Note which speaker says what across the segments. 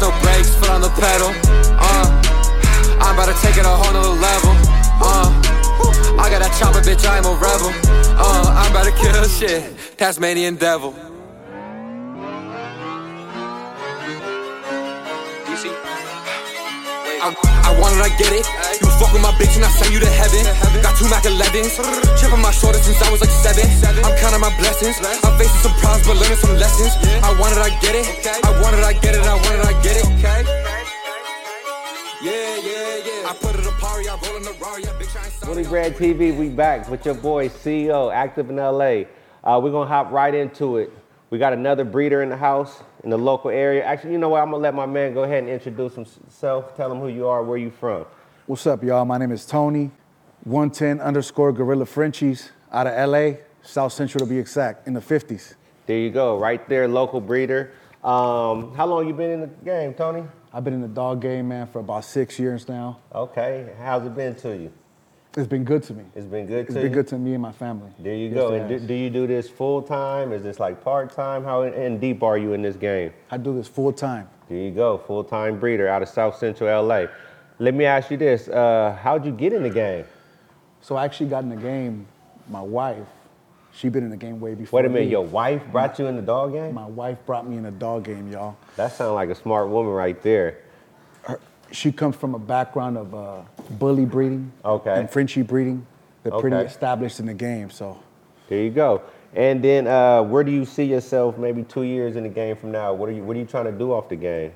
Speaker 1: foot on the pedal. Uh, I'm about to take it a whole nother level. Uh, I got that chopper, bitch, I am a rebel. Uh, I'm about to kill shit. Tasmanian devil. I, I want it, I get it. You fuck with my bitch and I send you to heaven. Got two Mac 11s. Chip on my shoulder since I was like seven. I'm counting my blessings. I'm facing some problems but learning some lessons. I want it, I get it. I want it, I get it. I want it, I get it. Okay. Yeah, yeah, yeah. I put it a party. I roll in the Rari. I bitch, I ain't
Speaker 2: Willie
Speaker 1: sorry.
Speaker 2: Brad TV, we back with your boy CEO, active in LA. Uh, we're gonna hop right into it. We got another breeder in the house in the local area. Actually, you know what? I'm gonna let my man go ahead and introduce himself. Tell him who you are, where you from.
Speaker 3: What's up, y'all? My name is Tony, 110 underscore Gorilla Frenchies out of LA, South Central to be exact, in the 50s.
Speaker 2: There you go, right there, local breeder. Um, how long you been in the game, Tony?
Speaker 3: I've been in the dog game, man, for about six years now.
Speaker 2: Okay, how's it been to you?
Speaker 3: It's been good to me.
Speaker 2: It's been good
Speaker 3: It's
Speaker 2: to
Speaker 3: been
Speaker 2: you.
Speaker 3: good to me and my family.
Speaker 2: There you
Speaker 3: Yes,
Speaker 2: go.
Speaker 3: it
Speaker 2: And do,
Speaker 3: has.
Speaker 2: do you do this full time? Is this like part time? How in, in deep are you in this game?
Speaker 3: I do this full time.
Speaker 2: There you go, full time breeder out of South Central LA. Let me ask you this: uh, How'd you get in the game?
Speaker 3: So I actually got in the game, my wife, she been in the game way before
Speaker 2: Wait a minute,
Speaker 3: me.
Speaker 2: your wife brought you in the dog game?
Speaker 3: My wife brought me in the dog game, y'all.
Speaker 2: That sounds like a smart woman right there.
Speaker 3: She comes from a background of uh, bully breeding
Speaker 2: Okay.
Speaker 3: and Frenchie breeding. They're pretty
Speaker 2: Okay.
Speaker 3: established in the game, so
Speaker 2: There you go. And then, uh, where do you see yourself maybe two years in the game from now? What are you What are you trying to do off the game?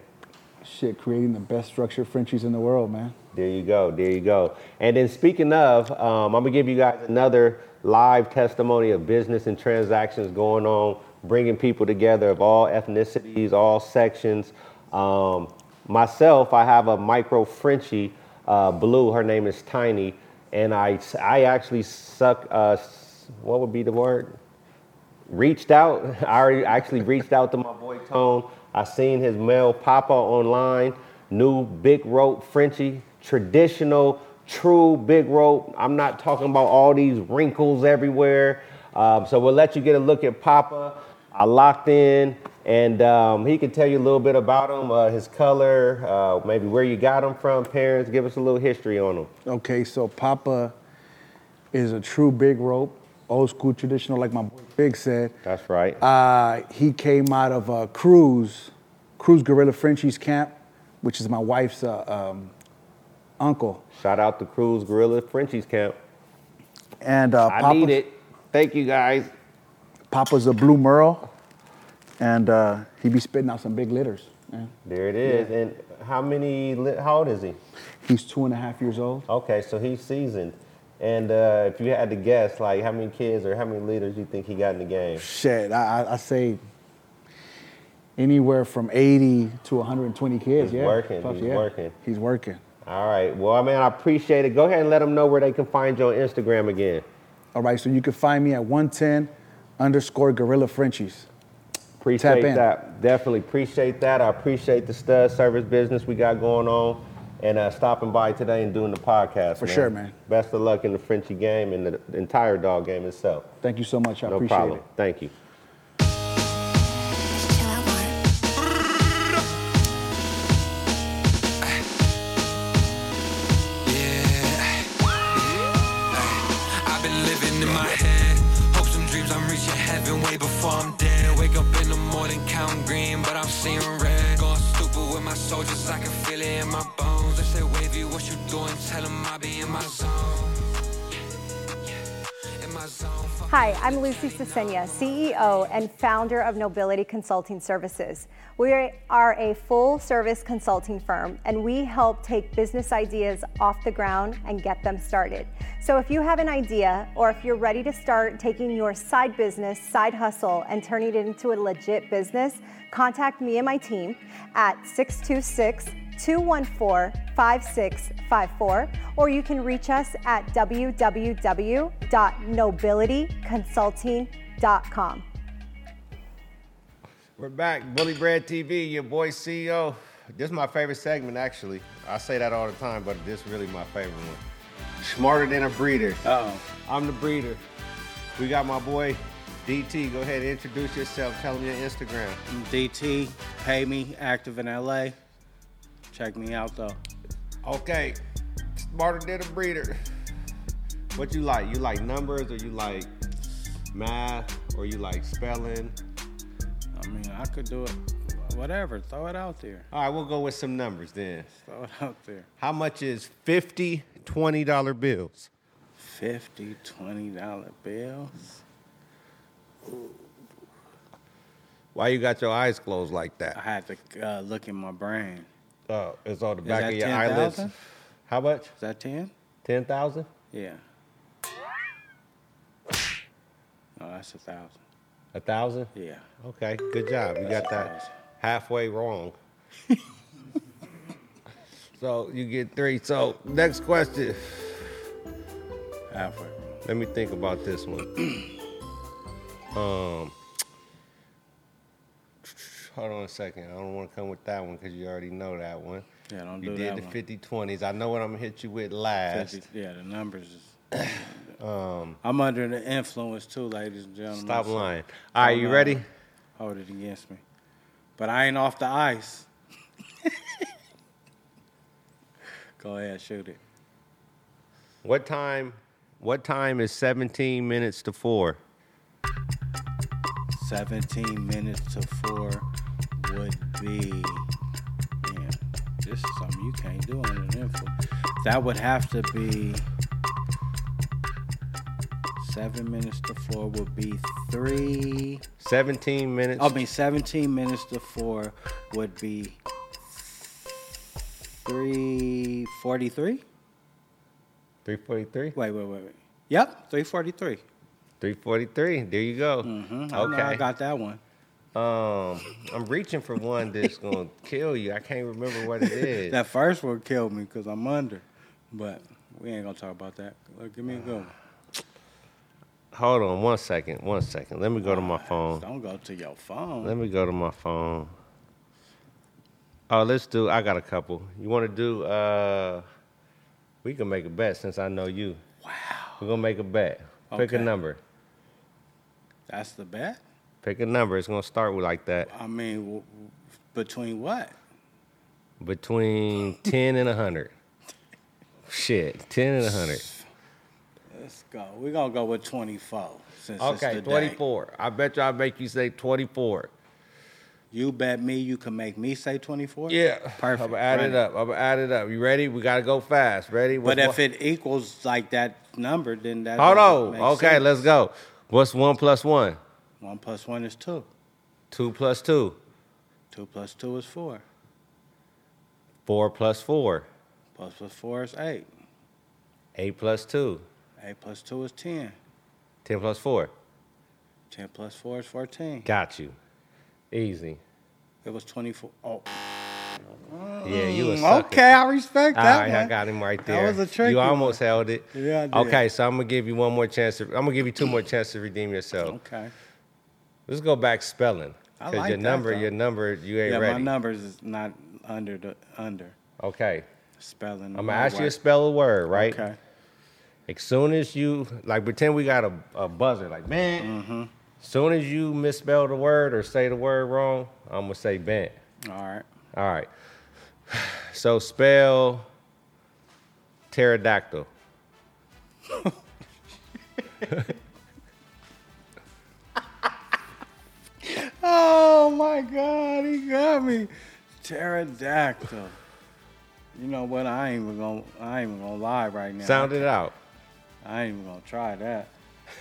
Speaker 3: Shit, creating the best structured Frenchies in the world, man.
Speaker 2: There you go. There you go. And then speaking of, um, I'm gonna give you guys another live testimony of business and transactions going on, bringing people together of all ethnicities, all sections. Um, myself, I have a micro Frenchie uh, blue. Her name is Tiny, and I I actually suck. Uh, s- what would be the word? reached out. I already actually reached out to my boy Tone. I seen his mail pop up online. New big rope Frenchie, traditional, true big rope. I'm not talking about all these wrinkles everywhere. Um, so we'll let you get a look at Papa. I locked in, and um, he can tell you a little bit about him, uh, his color, uh, maybe where you got him from, parents. Give us a little history on him.
Speaker 3: Okay, so Papa is a true big rope, old school traditional, like my boy Big said.
Speaker 2: That's right.
Speaker 3: Uh, he came out of uh, Cruz, Cruz Gorilla Frenchies Camp, which is my wife's uh, um, uncle.
Speaker 2: Shout out to Cruz Gorilla Frenchies Camp.
Speaker 3: And uh,
Speaker 2: I
Speaker 3: Papa's,
Speaker 2: need it. Thank you guys.
Speaker 3: Papa's a blue merle, and uh, he be spitting out some big litters. man.
Speaker 2: There it is. And how many? Li- how old is he?
Speaker 3: He's two and a half years old.
Speaker 2: Okay, so he's seasoned. And uh, if you had to guess, like how many kids or how many leaders you think he got in the game?
Speaker 3: Shit, I, I, I say anywhere from 80 to 120 kids.
Speaker 2: He's
Speaker 3: yeah.
Speaker 2: working,
Speaker 3: Fuck
Speaker 2: he's
Speaker 3: yeah.
Speaker 2: working.
Speaker 3: He's working.
Speaker 2: All right. Well, man, I appreciate it. Go ahead and let them know where they can find you on Instagram again.
Speaker 3: All right, so you can find me at 110 underscore Gorilla Frenchies.
Speaker 2: Appreciate
Speaker 3: in.
Speaker 2: that. Definitely appreciate that. I appreciate the stud service business we got going on, and uh, stopping by today and doing the podcast.
Speaker 3: For sure, man.
Speaker 2: Best of luck in the Frenchie game and the the entire dog game itself.
Speaker 3: Thank you so much. I
Speaker 2: No
Speaker 3: appreciate
Speaker 2: problem.
Speaker 3: it.
Speaker 2: Thank you.
Speaker 1: Yeah. I've been living in my head. Hopes and dreams I'm reaching heaven way before I'm dead. Wake up in the morning, count green, but I'm seeing red. Going stupid with my soldiers, I can feel it in my bones. They say, Wavy, what you doing? Tell 'em I be in my zone. In my zone. Fuck
Speaker 4: Hi, I'm Lucy Cesena, CEO and founder of Nobility Consulting Services. We are a full service consulting firm and we help take business ideas off the ground and get them started. So if you have an idea or if you're ready to start taking your side business, side hustle, and turning it into a legit business, contact me and my team at 626- 214-5654 or you can reach us at www.nobilityconsulting.com.
Speaker 2: We're back, Bully Bread TV, your boy CEO. This is my favorite segment, actually. I say that all the time, but this is really my favorite one. Smarter than a breeder.
Speaker 3: Oh,
Speaker 2: I'm the breeder. We got my boy DT. Go ahead and introduce yourself. Tell him your Instagram.
Speaker 5: DT, pay me, active in LA. Check me out though.
Speaker 2: Okay, smarter than a breeder. What you like? You like numbers, or you like math, or you like spelling?
Speaker 5: I mean, I could do it. Whatever. Throw it out there.
Speaker 2: All right, we'll go with some numbers then.
Speaker 5: Throw it out there.
Speaker 2: How much is 50 $20 bills?
Speaker 5: 50 20 dollar bills.
Speaker 2: Why you got your eyes closed like
Speaker 5: I
Speaker 2: that?
Speaker 5: had to uh, look in my brain.
Speaker 2: Oh, it's on the back
Speaker 5: that
Speaker 2: of your
Speaker 5: 10,000?
Speaker 2: eyelids. How much?
Speaker 5: Is that 10?
Speaker 2: 10,000?
Speaker 5: Yeah. No, that's a thousand.
Speaker 2: A thousand?
Speaker 5: Yeah.
Speaker 2: Okay, good job. You got that halfway wrong. so you get three. So next question.
Speaker 5: Halfway.
Speaker 2: Let me think about this one. um, hold on a second. I don't want to come with that one because you already know that one.
Speaker 5: Yeah, don't
Speaker 2: you
Speaker 5: do
Speaker 2: did
Speaker 5: that
Speaker 2: the
Speaker 5: one.
Speaker 2: 50 20s. I know what I'm gonna hit you with last.
Speaker 5: 50, yeah, the numbers is. um, I'm under the influence too, ladies and gentlemen.
Speaker 2: Stop
Speaker 5: so
Speaker 2: lying. All right,
Speaker 5: don't
Speaker 2: you
Speaker 5: lie.
Speaker 2: ready?
Speaker 5: Hold it against me. But I ain't off the ice. Go ahead, shoot it.
Speaker 2: What time? What time is 17 minutes to four?
Speaker 5: 17 minutes to four would be. Man, this is something you can't do under the influence. That would have to be. Seven minutes to four would be three.
Speaker 2: 17 minutes.
Speaker 5: I mean, 17 minutes to four would be 343.
Speaker 2: 343.
Speaker 5: Wait, wait, wait, wait. Yep, 343.
Speaker 2: 343. There you go.
Speaker 5: Mm, I know
Speaker 2: Mm-hmm, Okay.
Speaker 5: I got that one.
Speaker 2: um, I'm reaching for one that's gonna kill you. I can't remember what it is.
Speaker 5: That first one killed me because I'm under. But we ain't going to talk about that. Look, give me a good one.
Speaker 2: Hold on one second. One second. Let me go to my phone.
Speaker 5: Don't go to your phone.
Speaker 2: Let me go to my phone. Oh, let's do. I got a couple. You want to do? Uh, we can make a bet since I know you.
Speaker 5: wow.
Speaker 2: We're gonna make a bet. Pick a
Speaker 5: Okay.
Speaker 2: number.
Speaker 5: That's the bet?
Speaker 2: Pick a number. It's gonna start with like that.
Speaker 5: I mean, w- w- between what?
Speaker 2: Between 10 and 100. Shit, 10 and 100.
Speaker 5: Let's go. We're going to go with 24 since
Speaker 2: Okay,
Speaker 5: it's the day.
Speaker 2: 24. I bet you I make you say 24.
Speaker 5: You bet me you can make me say 24?
Speaker 2: Yeah.
Speaker 5: Perfect.
Speaker 2: I'm gonna add
Speaker 5: Run
Speaker 2: it up. I'm gonna add it up. You ready? We gotta go fast. Ready?
Speaker 5: But
Speaker 2: What's
Speaker 5: if
Speaker 2: one-
Speaker 5: it equals like that number, then that.
Speaker 2: Hold
Speaker 5: doesn't
Speaker 2: on.
Speaker 5: make
Speaker 2: Okay,
Speaker 5: sense.
Speaker 2: let's go. What's one plus one?
Speaker 5: One plus one is two.
Speaker 2: Two plus two.
Speaker 5: Two plus two is four.
Speaker 2: Four plus four.
Speaker 5: Plus plus four is eight.
Speaker 2: Eight plus two.
Speaker 5: Eight plus two is ten.
Speaker 2: Ten plus four.
Speaker 5: Ten plus four is fourteen.
Speaker 2: Got you. Easy.
Speaker 5: It was twenty-four. Oh, Mm,
Speaker 2: Yeah, you a sucker.
Speaker 5: okay. I respect
Speaker 2: All
Speaker 5: that
Speaker 2: right,
Speaker 5: one.
Speaker 2: I got him right
Speaker 5: That
Speaker 2: there.
Speaker 5: was a tricky
Speaker 2: You almost held it.
Speaker 5: Yeah, I did.
Speaker 2: Okay, so I'm gonna give you one more chance. To, I'm gonna give you two more chances to redeem yourself.
Speaker 5: Okay.
Speaker 2: Let's go back spelling.
Speaker 5: I
Speaker 2: 'Cause
Speaker 5: like
Speaker 2: your
Speaker 5: that,
Speaker 2: number,
Speaker 5: though.
Speaker 2: your number, you ain't
Speaker 5: Yeah,
Speaker 2: ready.
Speaker 5: my numbers is not under the under
Speaker 2: Okay,
Speaker 5: spelling.
Speaker 2: I'm
Speaker 5: my
Speaker 2: gonna ask you
Speaker 5: word.
Speaker 2: to spell a word, right?
Speaker 5: Okay.
Speaker 2: As soon as you like, pretend we got a, a buzzer, like man.
Speaker 5: Mm-hmm.
Speaker 2: As soon as you misspell the word or say the word wrong, I'm gonna say bent.
Speaker 5: All right.
Speaker 2: All right. So spell pterodactyl.
Speaker 5: Oh my God, he got me. Pterodactyl. You know what? I ain't even gonna. I ain't even gonna lie right now.
Speaker 2: Sound it out.
Speaker 5: I ain't even gonna try that.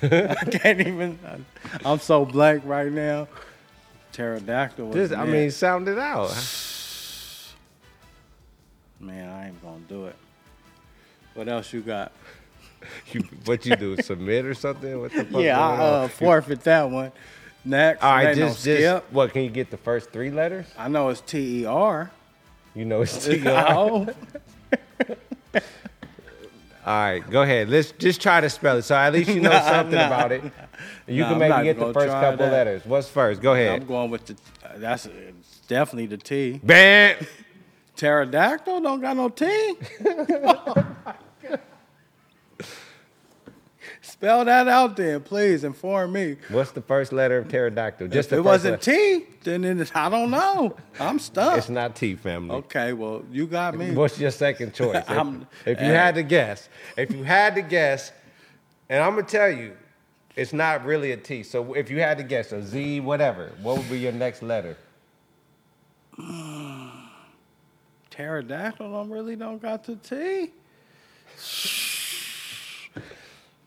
Speaker 5: I can't even. I'm so blank right now. Pterodactyl. Was
Speaker 2: This, I
Speaker 5: it.
Speaker 2: mean, sound it out.
Speaker 5: man, I ain't gonna do it. What else you got?
Speaker 2: You, what you do? submit or something? What the fuck?
Speaker 5: yeah, I
Speaker 2: going on?
Speaker 5: uh, forfeit that one. Next,
Speaker 2: All right,
Speaker 5: ain't no
Speaker 2: just,
Speaker 5: skip.
Speaker 2: just what? Can you get the first three letters?
Speaker 5: I know it's T E R.
Speaker 2: You know it's T. E All
Speaker 5: Oh,
Speaker 2: right, go ahead. Let's just try to spell it. So at least you know something
Speaker 5: nah.
Speaker 2: about it. You
Speaker 5: Nah,
Speaker 2: can
Speaker 5: I'm
Speaker 2: maybe
Speaker 5: not
Speaker 2: get the
Speaker 5: gonna
Speaker 2: first
Speaker 5: try
Speaker 2: couple
Speaker 5: that.
Speaker 2: letters. What's first? Go
Speaker 5: I'm
Speaker 2: ahead.
Speaker 5: going with the. That's it's definitely the T.
Speaker 2: Bam.
Speaker 5: Pterodactyl don't got no T. Spell that out then, please. Inform me.
Speaker 2: What's the first letter of pterodactyl? Just
Speaker 5: If
Speaker 2: the
Speaker 5: it
Speaker 2: first
Speaker 5: wasn't
Speaker 2: letter.
Speaker 5: T, then it, I don't know. I'm
Speaker 2: It's
Speaker 5: stuck.
Speaker 2: not T, family.
Speaker 5: Okay, well, you got me.
Speaker 2: What's your second choice? If,
Speaker 5: I'm-
Speaker 2: if you had to guess, if you had to guess, and I'm gonna tell you, it's not really a T. So if you had to guess a Z, whatever, what would be your next letter?
Speaker 5: Pterodactyl don't really don't got the T.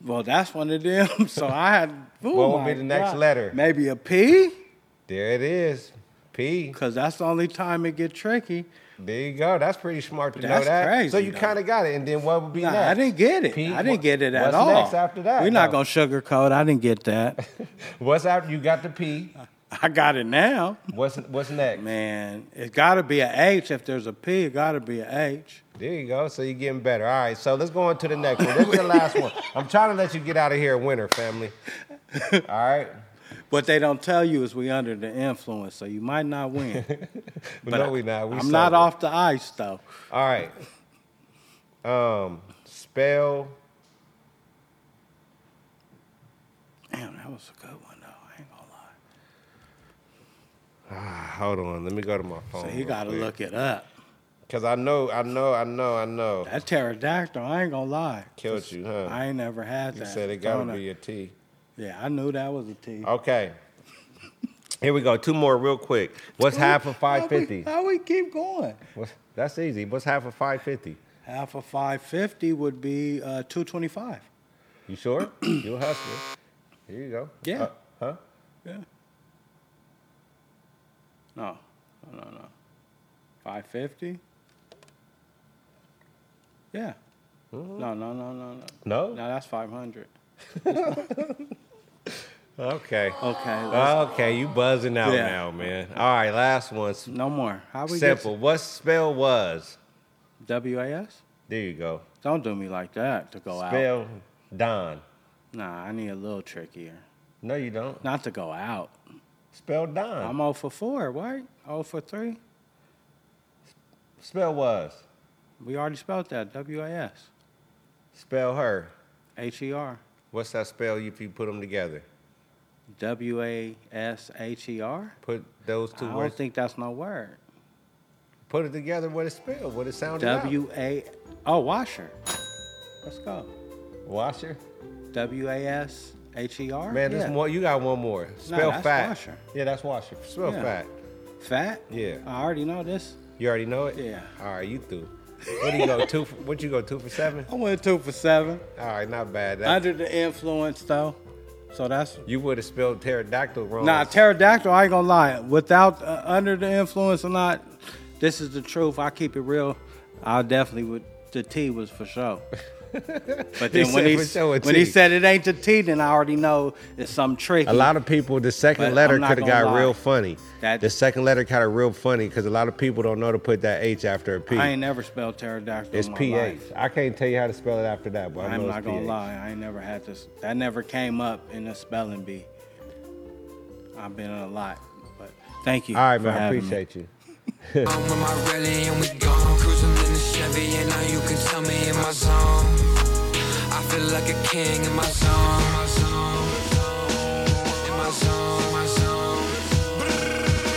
Speaker 5: Well, that's one of them. So I had. Ooh,
Speaker 2: What would
Speaker 5: my
Speaker 2: be the next
Speaker 5: God.
Speaker 2: letter?
Speaker 5: Maybe a P,
Speaker 2: There it is. P.
Speaker 5: because that's the only time it get tricky.
Speaker 2: There you go. That's pretty smart to know
Speaker 5: That's
Speaker 2: that.
Speaker 5: crazy,
Speaker 2: so you
Speaker 5: though.
Speaker 2: kind of got it. And then what would be
Speaker 5: Nah,
Speaker 2: next?
Speaker 5: I didn't get it.
Speaker 2: P,
Speaker 5: I didn't
Speaker 2: wh-
Speaker 5: get it at
Speaker 2: what's
Speaker 5: all.
Speaker 2: next after that?
Speaker 5: We're not gonna
Speaker 2: though?
Speaker 5: sugarcoat. I didn't get that.
Speaker 2: What's after you got the P?
Speaker 5: I got it now.
Speaker 2: What's what's next?
Speaker 5: Man, it gotta be a H. If there's a P, it gotta be a H.
Speaker 2: There you go. So you're getting better. All right. So let's go on to the next one. This is the last one. I'm trying to let you get out of here a winner, family. All right.
Speaker 5: What they don't tell you is we under the influence, so you might not win.
Speaker 2: no, we not. We
Speaker 5: I'm not
Speaker 2: sober.
Speaker 5: off the ice though.
Speaker 2: All right. Um, spell.
Speaker 5: Damn, that was a good one though. I ain't gonna lie.
Speaker 2: Ah, hold on. Let me go to my phone.
Speaker 5: So he gotta look it up.
Speaker 2: Because I know, I know, I know, I know.
Speaker 5: That pterodactyl, I ain't gonna lie.
Speaker 2: Killed you, huh?
Speaker 5: I ain't never had
Speaker 2: you
Speaker 5: that.
Speaker 2: said it got to
Speaker 5: Don't
Speaker 2: be
Speaker 5: I?
Speaker 2: a Oh, T.
Speaker 5: Yeah, I knew that was a T.
Speaker 2: Okay. Here we go. Two more real quick. What's half of
Speaker 5: How we-
Speaker 2: 550?
Speaker 5: How we keep going?
Speaker 2: What's, that's easy. What's half of 550?
Speaker 5: Half of 550 would be uh, 225.
Speaker 2: You sure? you a hustler. Here you go.
Speaker 5: Yeah.
Speaker 2: Uh, huh?
Speaker 5: Yeah. No, no, no, no. 550? Yeah. No, no, no, no, no.
Speaker 2: No?
Speaker 5: No, that's 500.
Speaker 2: Okay.
Speaker 5: Okay. let's-
Speaker 2: Okay, you buzzing out
Speaker 5: Yeah.
Speaker 2: now, man. All right, last one. S-
Speaker 5: no more. How we get
Speaker 2: Simple. What spell was?
Speaker 5: to- WAS?
Speaker 2: There you go.
Speaker 5: Don't do me like that to go out.
Speaker 2: Spell Don.
Speaker 5: Nah, I need a little trickier.
Speaker 2: No, you don't.
Speaker 5: Not to go out.
Speaker 2: Spell Don.
Speaker 5: I'm 0 for 4, right? 0 for 3?
Speaker 2: spell was.
Speaker 5: We already spelled that. W-A-S.
Speaker 2: Spell her.
Speaker 5: H-E-R.
Speaker 2: What's that spell if you put them together?
Speaker 5: W-A-S-H-E-R?
Speaker 2: Put those
Speaker 5: E I
Speaker 2: two
Speaker 5: don't
Speaker 2: words.
Speaker 5: think that's no word.
Speaker 2: put it together. What it spelled. What it sounded.
Speaker 5: W A oh washer. Let's go.
Speaker 2: out. Washer.
Speaker 5: W A S H E R.
Speaker 2: Man, there's
Speaker 5: Yeah.
Speaker 2: more. You got one more. Spell
Speaker 5: that's
Speaker 2: fat.
Speaker 5: washer.
Speaker 2: Yeah, that's washer. Spell
Speaker 5: Yeah.
Speaker 2: fat.
Speaker 5: fat.
Speaker 2: Yeah.
Speaker 5: I already know this.
Speaker 2: You already know it.
Speaker 5: Yeah.
Speaker 2: All right, you through. What do you go two? For, what you go two for seven?
Speaker 5: I went two for seven.
Speaker 2: All right, not bad. That,
Speaker 5: Under the influence though, so that's
Speaker 2: you would have spelled pterodactyl wrong.
Speaker 5: nah pterodactyl. I ain't gonna lie. Without uh, under the influence or not, this is the truth. I keep it real. I definitely would. The T was for sure. But
Speaker 2: He
Speaker 5: then when
Speaker 2: said
Speaker 5: he
Speaker 2: for
Speaker 5: s-
Speaker 2: sure a
Speaker 5: when he
Speaker 2: T.
Speaker 5: said it ain't the T, then I already know it's some trick.
Speaker 2: A lot of people, the second
Speaker 5: But
Speaker 2: letter
Speaker 5: I'm not
Speaker 2: could have
Speaker 5: gonna
Speaker 2: got
Speaker 5: lie.
Speaker 2: real funny.
Speaker 5: That-
Speaker 2: the second letter got a real funny because a lot of people don't know to put that H after a P.
Speaker 5: I ain't never spelled pterodactyl.
Speaker 2: it's
Speaker 5: in my
Speaker 2: PH.
Speaker 5: life.
Speaker 2: I can't tell you how to spell it after that, but I know
Speaker 5: I'm
Speaker 2: it's
Speaker 5: not gonna
Speaker 2: PH.
Speaker 5: lie, I ain't never had this. That never came up in the spelling bee. I've been in a lot, but thank you.
Speaker 2: All right,
Speaker 5: for
Speaker 2: man. I
Speaker 5: having me.
Speaker 2: appreciate you.
Speaker 1: I'm with my rally and we gone cruising in the Chevy and now you can tell me in my zone. I feel like a king in my zone. My zone. In my zone. My zone.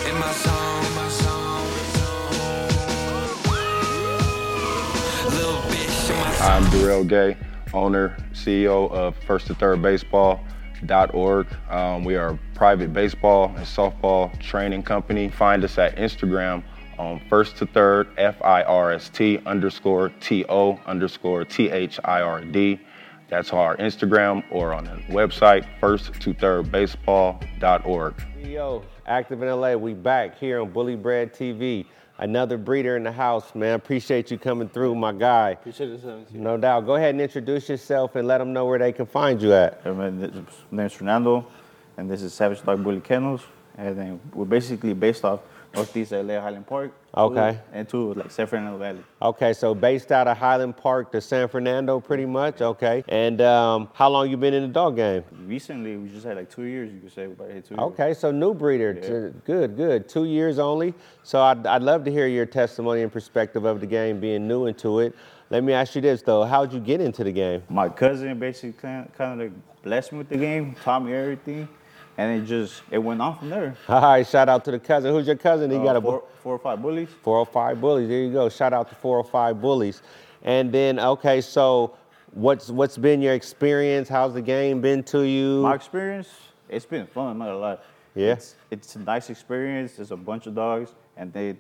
Speaker 1: In my zone. My zone. Little bitch in my
Speaker 6: I'm Darrell Gay, owner, CEO of First to Third Baseball.org. Um, we are a private baseball and softball training company. Find us at Instagram on First to Third, F I R S T underscore T O underscore T H I R D. That's our Instagram or on the website, first to third baseball.org.
Speaker 2: Yo, Active in LA, we back here on Bully Brand TV. Another breeder in the house, man. Appreciate you coming through, my guy. No doubt. Go ahead and introduce yourself and let them know where they can find you at.
Speaker 7: Uh, My n- name is Fernando, and this is Savage Dog Bully Kennels, and then we're basically based off Northeast LA Highland Park.
Speaker 2: Okay.
Speaker 7: to- and to like San Fernando Valley.
Speaker 2: Okay, so based out of Highland Park to San Fernando, pretty much. Okay, and um, how long you been in the dog game?
Speaker 7: Recently, we just had like two years. You could say we about hit two. years.
Speaker 2: Okay, so new breeder. t- good, good. Two years only. So I'd, I'd love to hear your testimony and perspective of the game being new into it. Let me ask you this though: How'd you get into the game?
Speaker 7: my cousin basically kind of blessed me with the game, taught me everything, and it just it went on from there.
Speaker 2: All right, shout out to the cousin. Who's your cousin? He
Speaker 7: Uh,
Speaker 2: got a
Speaker 7: four, four or five bullies.
Speaker 2: 405 bullies. There you go. Shout out to 405 bullies. And then okay, so what's what's been your experience? How's the game been to you?
Speaker 7: My experience, it's been fun. I'm not gonna lie.
Speaker 2: Yeah.
Speaker 7: It's, it's a nice experience. There's a bunch of dogs, and they,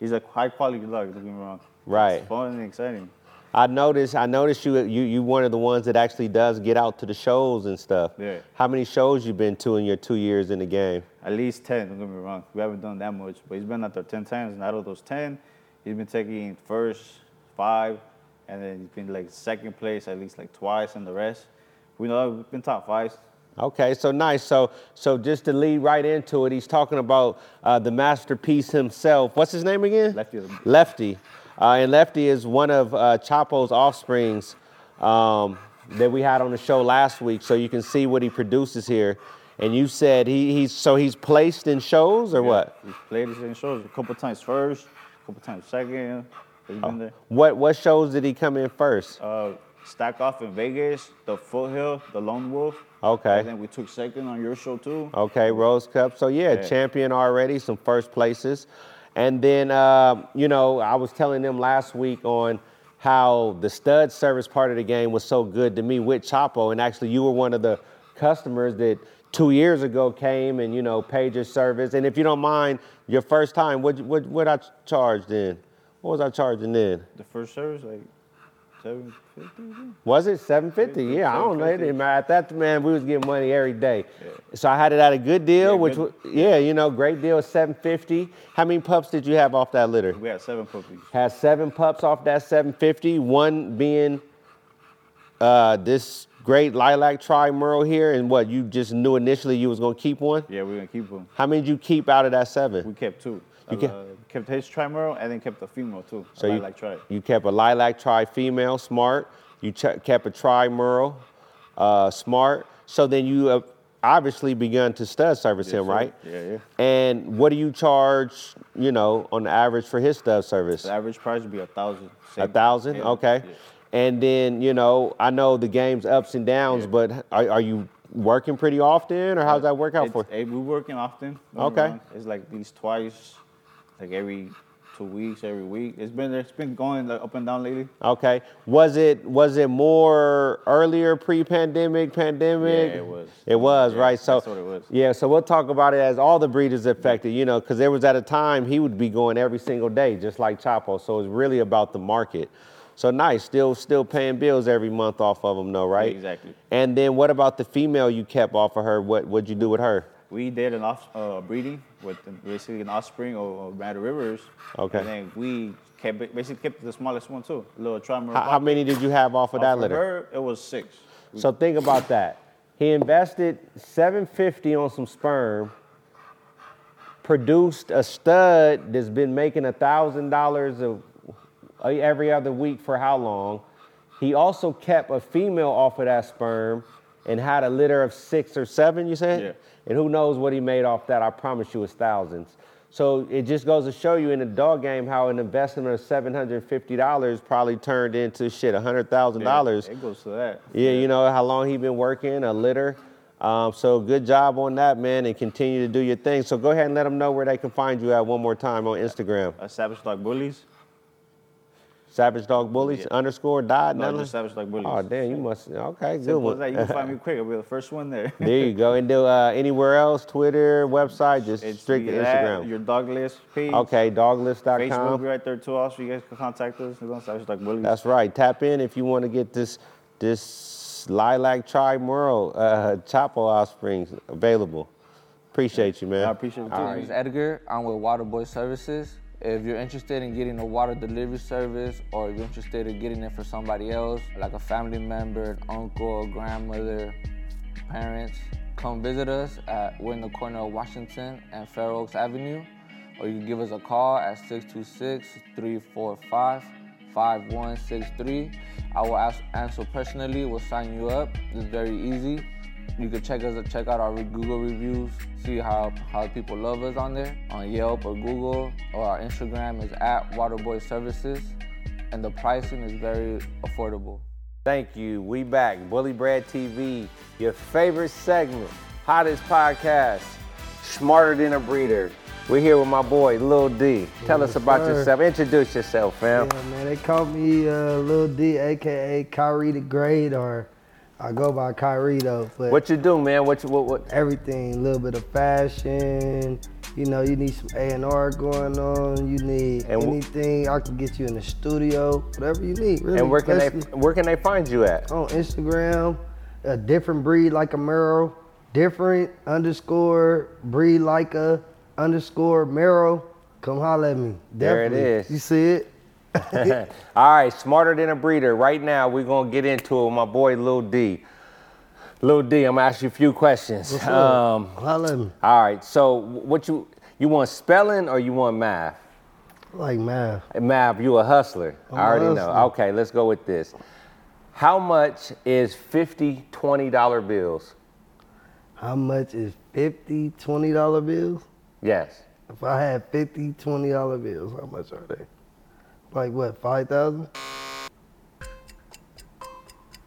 Speaker 7: he's a high quality dog. Don't get me wrong.
Speaker 2: Right.
Speaker 7: It's fun and exciting.
Speaker 2: I noticed I noticed you you you one of the ones that actually does get out to the shows and stuff.
Speaker 7: Yeah.
Speaker 2: How many shows you been to in your two years in the game?
Speaker 7: At least ten. Don't get me wrong. We haven't done that much, but he's been out there ten times, and out of those ten, he's been taking first five, and then he's been like second place at least like twice, and the rest, we know we've been top fives.
Speaker 2: Okay, so nice. So so just to lead right into it, he's talking about uh, the masterpiece himself. What's his name again?
Speaker 7: Lefty.
Speaker 2: Lefty. Uh, and Lefty is one of uh, Chapo's offsprings um, that we had on the show last week. So you can see what he produces here. And you said he, he's so he's placed in shows or what?
Speaker 7: He's played us in shows a couple times first, a couple times second. He's
Speaker 2: Oh.
Speaker 7: been there.
Speaker 2: What what shows did he come in first?
Speaker 7: Uh, stack off in Vegas, the Foothill, the Lone Wolf.
Speaker 2: Okay. Oh.
Speaker 7: And then we took second on your show too.
Speaker 2: Okay, Rose Cup. So yeah,
Speaker 7: Yeah.
Speaker 2: champion already, some first places, and then uh, you know I was telling them last week on how the stud service part of the game was so good to me with Chapo, and actually you were one of the customers that two years ago came and you know paid your service. And if you don't mind, your first time, what what what I charged then? What was I charging then?
Speaker 7: The first service like seven fifty.
Speaker 2: Was it 750?
Speaker 7: Fifty,
Speaker 2: Yeah, I don't know. It
Speaker 7: 750.
Speaker 2: didn't matter. At that man, we was getting money every day. So I had it at a good deal,
Speaker 7: Yeah,
Speaker 2: which
Speaker 7: good.
Speaker 2: wa- yeah, you know, great deal, 750. How many pups did you have off that litter?
Speaker 7: We had seven puppies.
Speaker 2: Had seven pups off that 750, one being uh, this great lilac tri merle here, and what you just knew initially you was gonna keep one?
Speaker 7: Yeah, we are gonna keep them.
Speaker 2: How many did you keep out of that
Speaker 7: We
Speaker 2: seven?
Speaker 7: kept two. Uh,
Speaker 2: You kept-
Speaker 7: kept his trimeral and then kept the female too.
Speaker 2: So
Speaker 7: I
Speaker 2: you,
Speaker 7: like tri.
Speaker 2: you kept a lilac tri female smart. You ch- kept a tri merle uh, smart. So then you uh, obviously begun to stud service
Speaker 7: Yes,
Speaker 2: him,
Speaker 7: sir.
Speaker 2: right?
Speaker 7: Yeah, yeah.
Speaker 2: And what do you charge? You know, on average for his stud service,
Speaker 7: The average price would be a thousand.
Speaker 2: a
Speaker 7: Same-
Speaker 2: thousand.
Speaker 7: yeah,
Speaker 2: Okay.
Speaker 7: yeah.
Speaker 2: And then you know, I know the game's ups and downs,
Speaker 7: Yeah.
Speaker 2: but are, are you working pretty often, or how's that work out
Speaker 7: It's-
Speaker 2: for?
Speaker 7: eh, we working often. don't get me
Speaker 2: Okay.
Speaker 7: wrong. It's like at least twice, like every two weeks, every week. It's been it's been going like up and down lately.
Speaker 2: Okay. Was it was it more earlier pre-pandemic, pandemic?
Speaker 7: Yeah, it was.
Speaker 2: It was,
Speaker 7: Yeah,
Speaker 2: right? So
Speaker 7: that's what it was.
Speaker 2: Yeah, so we'll talk about it as all the breeders affected, you know, because there was at a time he would be going every single day, just like Chapo. So it's really about the market. So nice, still still paying bills every month off of them though, right?
Speaker 7: exactly.
Speaker 2: And then what about the female you kept off of her? What what'd you do with her?
Speaker 7: We did an off uh, breeding with the- basically an offspring of of Randall Rivers.
Speaker 2: Okay.
Speaker 7: And then we kept basically kept the smallest one too, little trimeral.
Speaker 2: How, how many did you have off of that litter?
Speaker 7: Her, it was six.
Speaker 2: So think about that. He invested 750 on some sperm, produced a stud that's been making $1,000 a- uh, every other week for how long? He also kept a female off of that sperm and had a litter of six or seven, you said?
Speaker 7: Yeah.
Speaker 2: And who knows what he made off that? I promise you it's thousands. So it just goes to show you in the dog game how an investment of $750 probably turned into shit, $100,000.
Speaker 7: It goes to that.
Speaker 2: Yeah, you know how long he been working a litter. Um, so good job on that, man, and continue to do your thing. So go ahead and let them know where they can find you at one more time on Instagram.
Speaker 7: Uh, Savage Dog Bullies.
Speaker 2: Savage Dog Bullies
Speaker 7: Yeah.
Speaker 2: underscore died.
Speaker 7: No, just Savage Dog Bullies.
Speaker 2: Oh damn, you must. Okay, good
Speaker 7: Simple as that. You
Speaker 2: one.
Speaker 7: can find me quick. I'll be the first one there.
Speaker 2: there you go. And do uh, anywhere else, Twitter, website, just
Speaker 7: It's
Speaker 2: strict to
Speaker 7: the- that,
Speaker 2: Instagram.
Speaker 7: Your dog list page.
Speaker 2: Okay,
Speaker 7: Facebook will be
Speaker 2: doglist.com.
Speaker 7: right there too. Also, you guys can contact us. We're on Savage Dog Bullies.
Speaker 2: That's right. Tap in if you want to get this this lilac tri merle uh, Chapo offsprings available. Appreciate you, man.
Speaker 7: I appreciate it too.
Speaker 8: My name is Edgar. I'm with Waterboy Services. If you're interested in getting a water delivery service or if you're interested in getting it for somebody else, like a family member, an uncle, grandmother, parents, come visit us at we're in the corner of Washington and Fair Oaks Avenue. Or you can give us a call at 626-345-5163. I will ask, answer personally, we'll sign you up. It's very easy. You can check us check out our Google reviews, see how how people love us on there on Yelp or Google or our Instagram is at Waterboy Services. and the pricing is very affordable.
Speaker 2: Thank you. We back. Bully Brad TV, your favorite segment, hottest podcast, smarter than a breeder. We're here with my boy Lil D. Tell us about
Speaker 9: sir.
Speaker 2: yourself. Introduce yourself, fam.
Speaker 9: Yeah, man, they call me uh, Lil D, aka Kyrie the Great, or I go by Kyrie though. But
Speaker 2: What you do, man? What you what what?
Speaker 9: everything, a little bit of fashion. You know, you need some A and R going on. You need
Speaker 2: And wh-
Speaker 9: anything. I can get you in the studio, whatever you need. Really.
Speaker 2: And where can they
Speaker 9: Especially
Speaker 2: where can they find you at?
Speaker 9: on Instagram? A different breed like a Merrill. Different underscore breed like a underscore Merrill. Come holla at me.
Speaker 2: There it
Speaker 9: Definitely.
Speaker 2: is.
Speaker 9: You see it?
Speaker 2: All right, smarter than a breeder. Right now, we're gonna get into it. with My boy Lil D. Lil D, I'm gonna ask you a few questions.
Speaker 9: What's up?
Speaker 2: Um,
Speaker 9: holla at me.
Speaker 2: all right. So, what you you want spelling or you want math?
Speaker 9: Like math.
Speaker 2: Mav, you a hustler.
Speaker 9: I'm
Speaker 2: I already
Speaker 9: a
Speaker 2: know.
Speaker 9: hustler.
Speaker 2: Okay, let's go with this. How much is 50 $20 bills?
Speaker 9: How much is 50 $20 bills?
Speaker 2: Yes.
Speaker 9: If I had 50 $20 bills, how much are they? Like what, 5,000?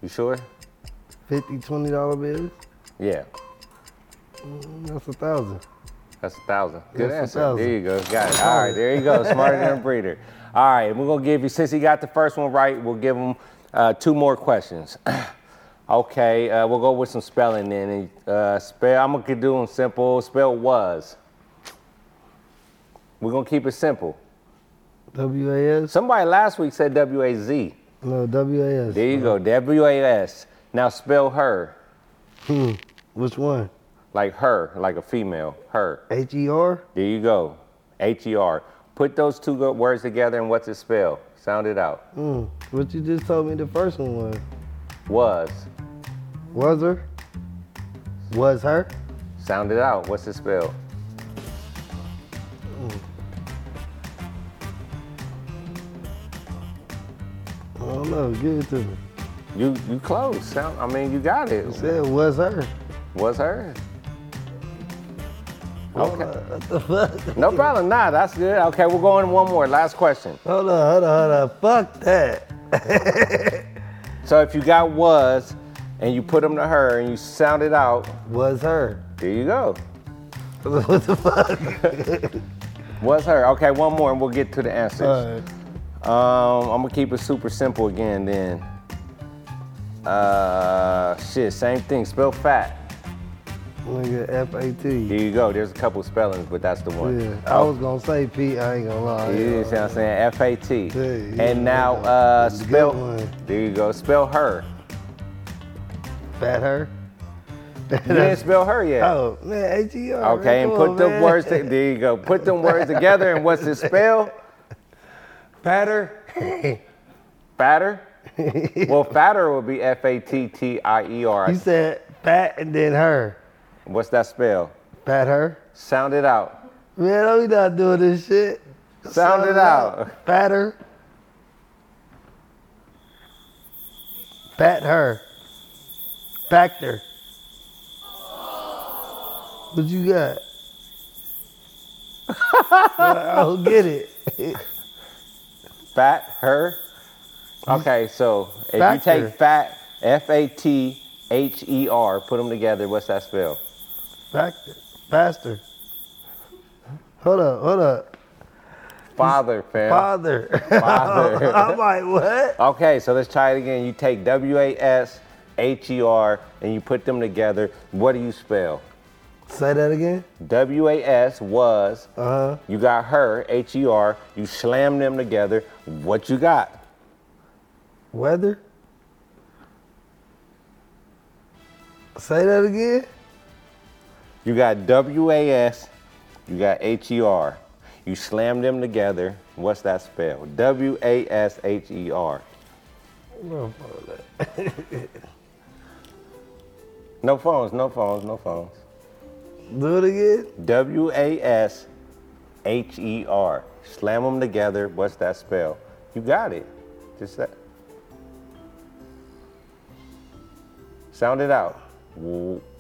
Speaker 2: You sure?
Speaker 9: 50 $20 bills?
Speaker 2: Yeah.
Speaker 9: Mm, That's a thousand.
Speaker 2: That's a thousand. Good
Speaker 9: That's a
Speaker 2: answer.
Speaker 9: thousand.
Speaker 2: There you go. Got it. All right, there you go. Smarter than a breeder. All right, we're gonna give you since he got the first one right, we'll give him uh, two more questions. okay, uh, we'll go with some spelling then. Uh, spell. I'm gonna do them simple. Spell was. We're gonna keep it simple.
Speaker 9: WAS?
Speaker 2: Somebody last week said W A Z.
Speaker 9: No, WAS.
Speaker 2: There you go. W A S. Now spell her
Speaker 9: Hmm. Which one?
Speaker 2: like her, like a female. Her.
Speaker 9: H E R?
Speaker 2: There you go. H E R. Put those two go- words together and what's it spell? Sound it out.
Speaker 9: Hmm. What you just told me the first one was.
Speaker 2: Was.
Speaker 9: Was her? Was her?
Speaker 2: Sound it out. What's it spell?
Speaker 9: I don't know. Give it to me.
Speaker 2: You you close. Sound. I mean you got it.
Speaker 9: It said was her.
Speaker 2: Was her. Okay.
Speaker 9: What the fuck?
Speaker 2: No problem. Nah, that's good. Okay, we're going one more. Last question.
Speaker 9: Hold on, hold on, hold on. Fuck that.
Speaker 2: So if you got was and you put them to her and you sound it out,
Speaker 9: Was her.
Speaker 2: there you go.
Speaker 9: what the fuck?
Speaker 2: Was her. Okay, one more and we'll get to the answers.
Speaker 9: Alright.
Speaker 2: Um, I'm gonna keep it super simple again then. Uh, shit, same thing. Spell fat.
Speaker 9: Nigga, F A
Speaker 2: There
Speaker 9: T.
Speaker 2: you go. There's a couple spellings, but that's the one. Oh,
Speaker 9: Yeah, I was gonna say P. I ain't gonna lie.
Speaker 2: You see what I'm saying? F A T.
Speaker 9: Yeah, yeah,
Speaker 2: And now,
Speaker 9: yeah.
Speaker 2: uh,
Speaker 9: Good
Speaker 2: spell.
Speaker 9: one.
Speaker 2: There you go. Spell her.
Speaker 9: Fat her.
Speaker 2: You didn't spell her yet.
Speaker 9: Oh man, H E R.
Speaker 2: okay, and put the words. To, there you go. Put them words together, and what's the spell? Fatter. fatter. Well, fatter would be F A T T I E R.
Speaker 9: You said fat and then her.
Speaker 2: What's that spell?
Speaker 9: Fat her.
Speaker 2: Sound it out.
Speaker 9: Man, are we not doing this shit?
Speaker 2: Sound it out.
Speaker 9: Fat her. Fat her. Factor. What you got? I don't get it.
Speaker 2: Fat her. Okay, so if you
Speaker 9: Factor.
Speaker 2: take fat, F A T H E R, put them together. What's that spell?
Speaker 9: Factor. Faster. Hold up, hold up.
Speaker 2: Father, fam.
Speaker 9: Father.
Speaker 2: Father.
Speaker 9: I'm like, what?
Speaker 2: Okay, so let's try it again. You take W A S H E R and you put them together. What do you spell?
Speaker 9: Say that again.
Speaker 2: W A S was.
Speaker 9: Uh huh.
Speaker 2: You got her, H E R. You slam them together. What you got?
Speaker 9: Weather. Say that again.
Speaker 2: You got W A S. You got H E R. You slam them together. What's that spell? W A S H E R. No phones, no phones, no phones.
Speaker 9: Do it again.
Speaker 2: W A S H E R. Slam them together. What's that spell? You got it. Just that. Sound it out. Woo.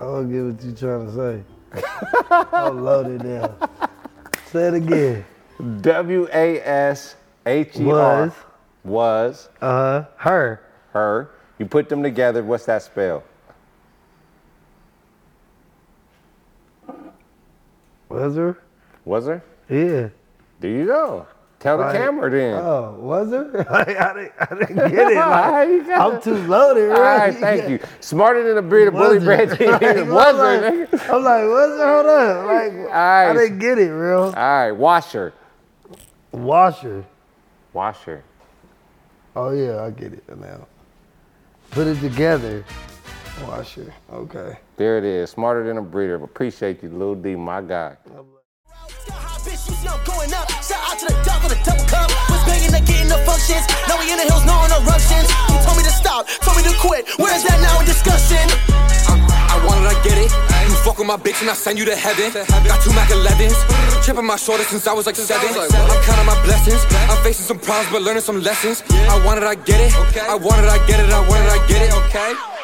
Speaker 9: I don't get what you trying to say. I'm loaded now.
Speaker 10: Say it again.
Speaker 2: W A S H E R
Speaker 10: Was.
Speaker 2: was
Speaker 10: Uh, her.
Speaker 2: her. You put them together. What's that spell?
Speaker 10: Was her?
Speaker 2: Was her?
Speaker 10: Yeah.
Speaker 2: Do you know? Tell the
Speaker 10: Right.
Speaker 2: camera then.
Speaker 10: Oh, was her? Like, I, didn't, I didn't get it.
Speaker 2: How
Speaker 10: Like,
Speaker 2: you got
Speaker 10: I'm too loaded,
Speaker 2: All
Speaker 10: right?
Speaker 2: right, thank you. Smarter than a beard of bully
Speaker 10: Was her?
Speaker 2: branch. was
Speaker 10: Like,
Speaker 2: her,
Speaker 10: I'm like-
Speaker 2: nigga?
Speaker 10: I'm like, was her? Hold up. Like, I
Speaker 2: Alright.
Speaker 10: didn't get it, real.
Speaker 2: All right, washer.
Speaker 10: Washer.
Speaker 2: Washer.
Speaker 10: Oh, yeah, I get it now. Put it together. Washer. Okay.
Speaker 2: There it is. Smarter than a breeder. Appreciate you, Lil D, my guy.
Speaker 11: Bitch, you see I'm going up. Shout out to the dog with a double cup. Was begging to get in the functions. Now we in the hills, no interruptions. He told me to stop, told me to quit. Where is that now in discussion?
Speaker 1: I want it, I get it. You fuck with my bitch and I send you to heaven. Got two Mac 11s, chipping my shoulder since I was like seven. I'm counting my blessings. I'm facing some problems but learning some lessons. I want it, I get it. I want it, I get it. I want it, I get it. Okay.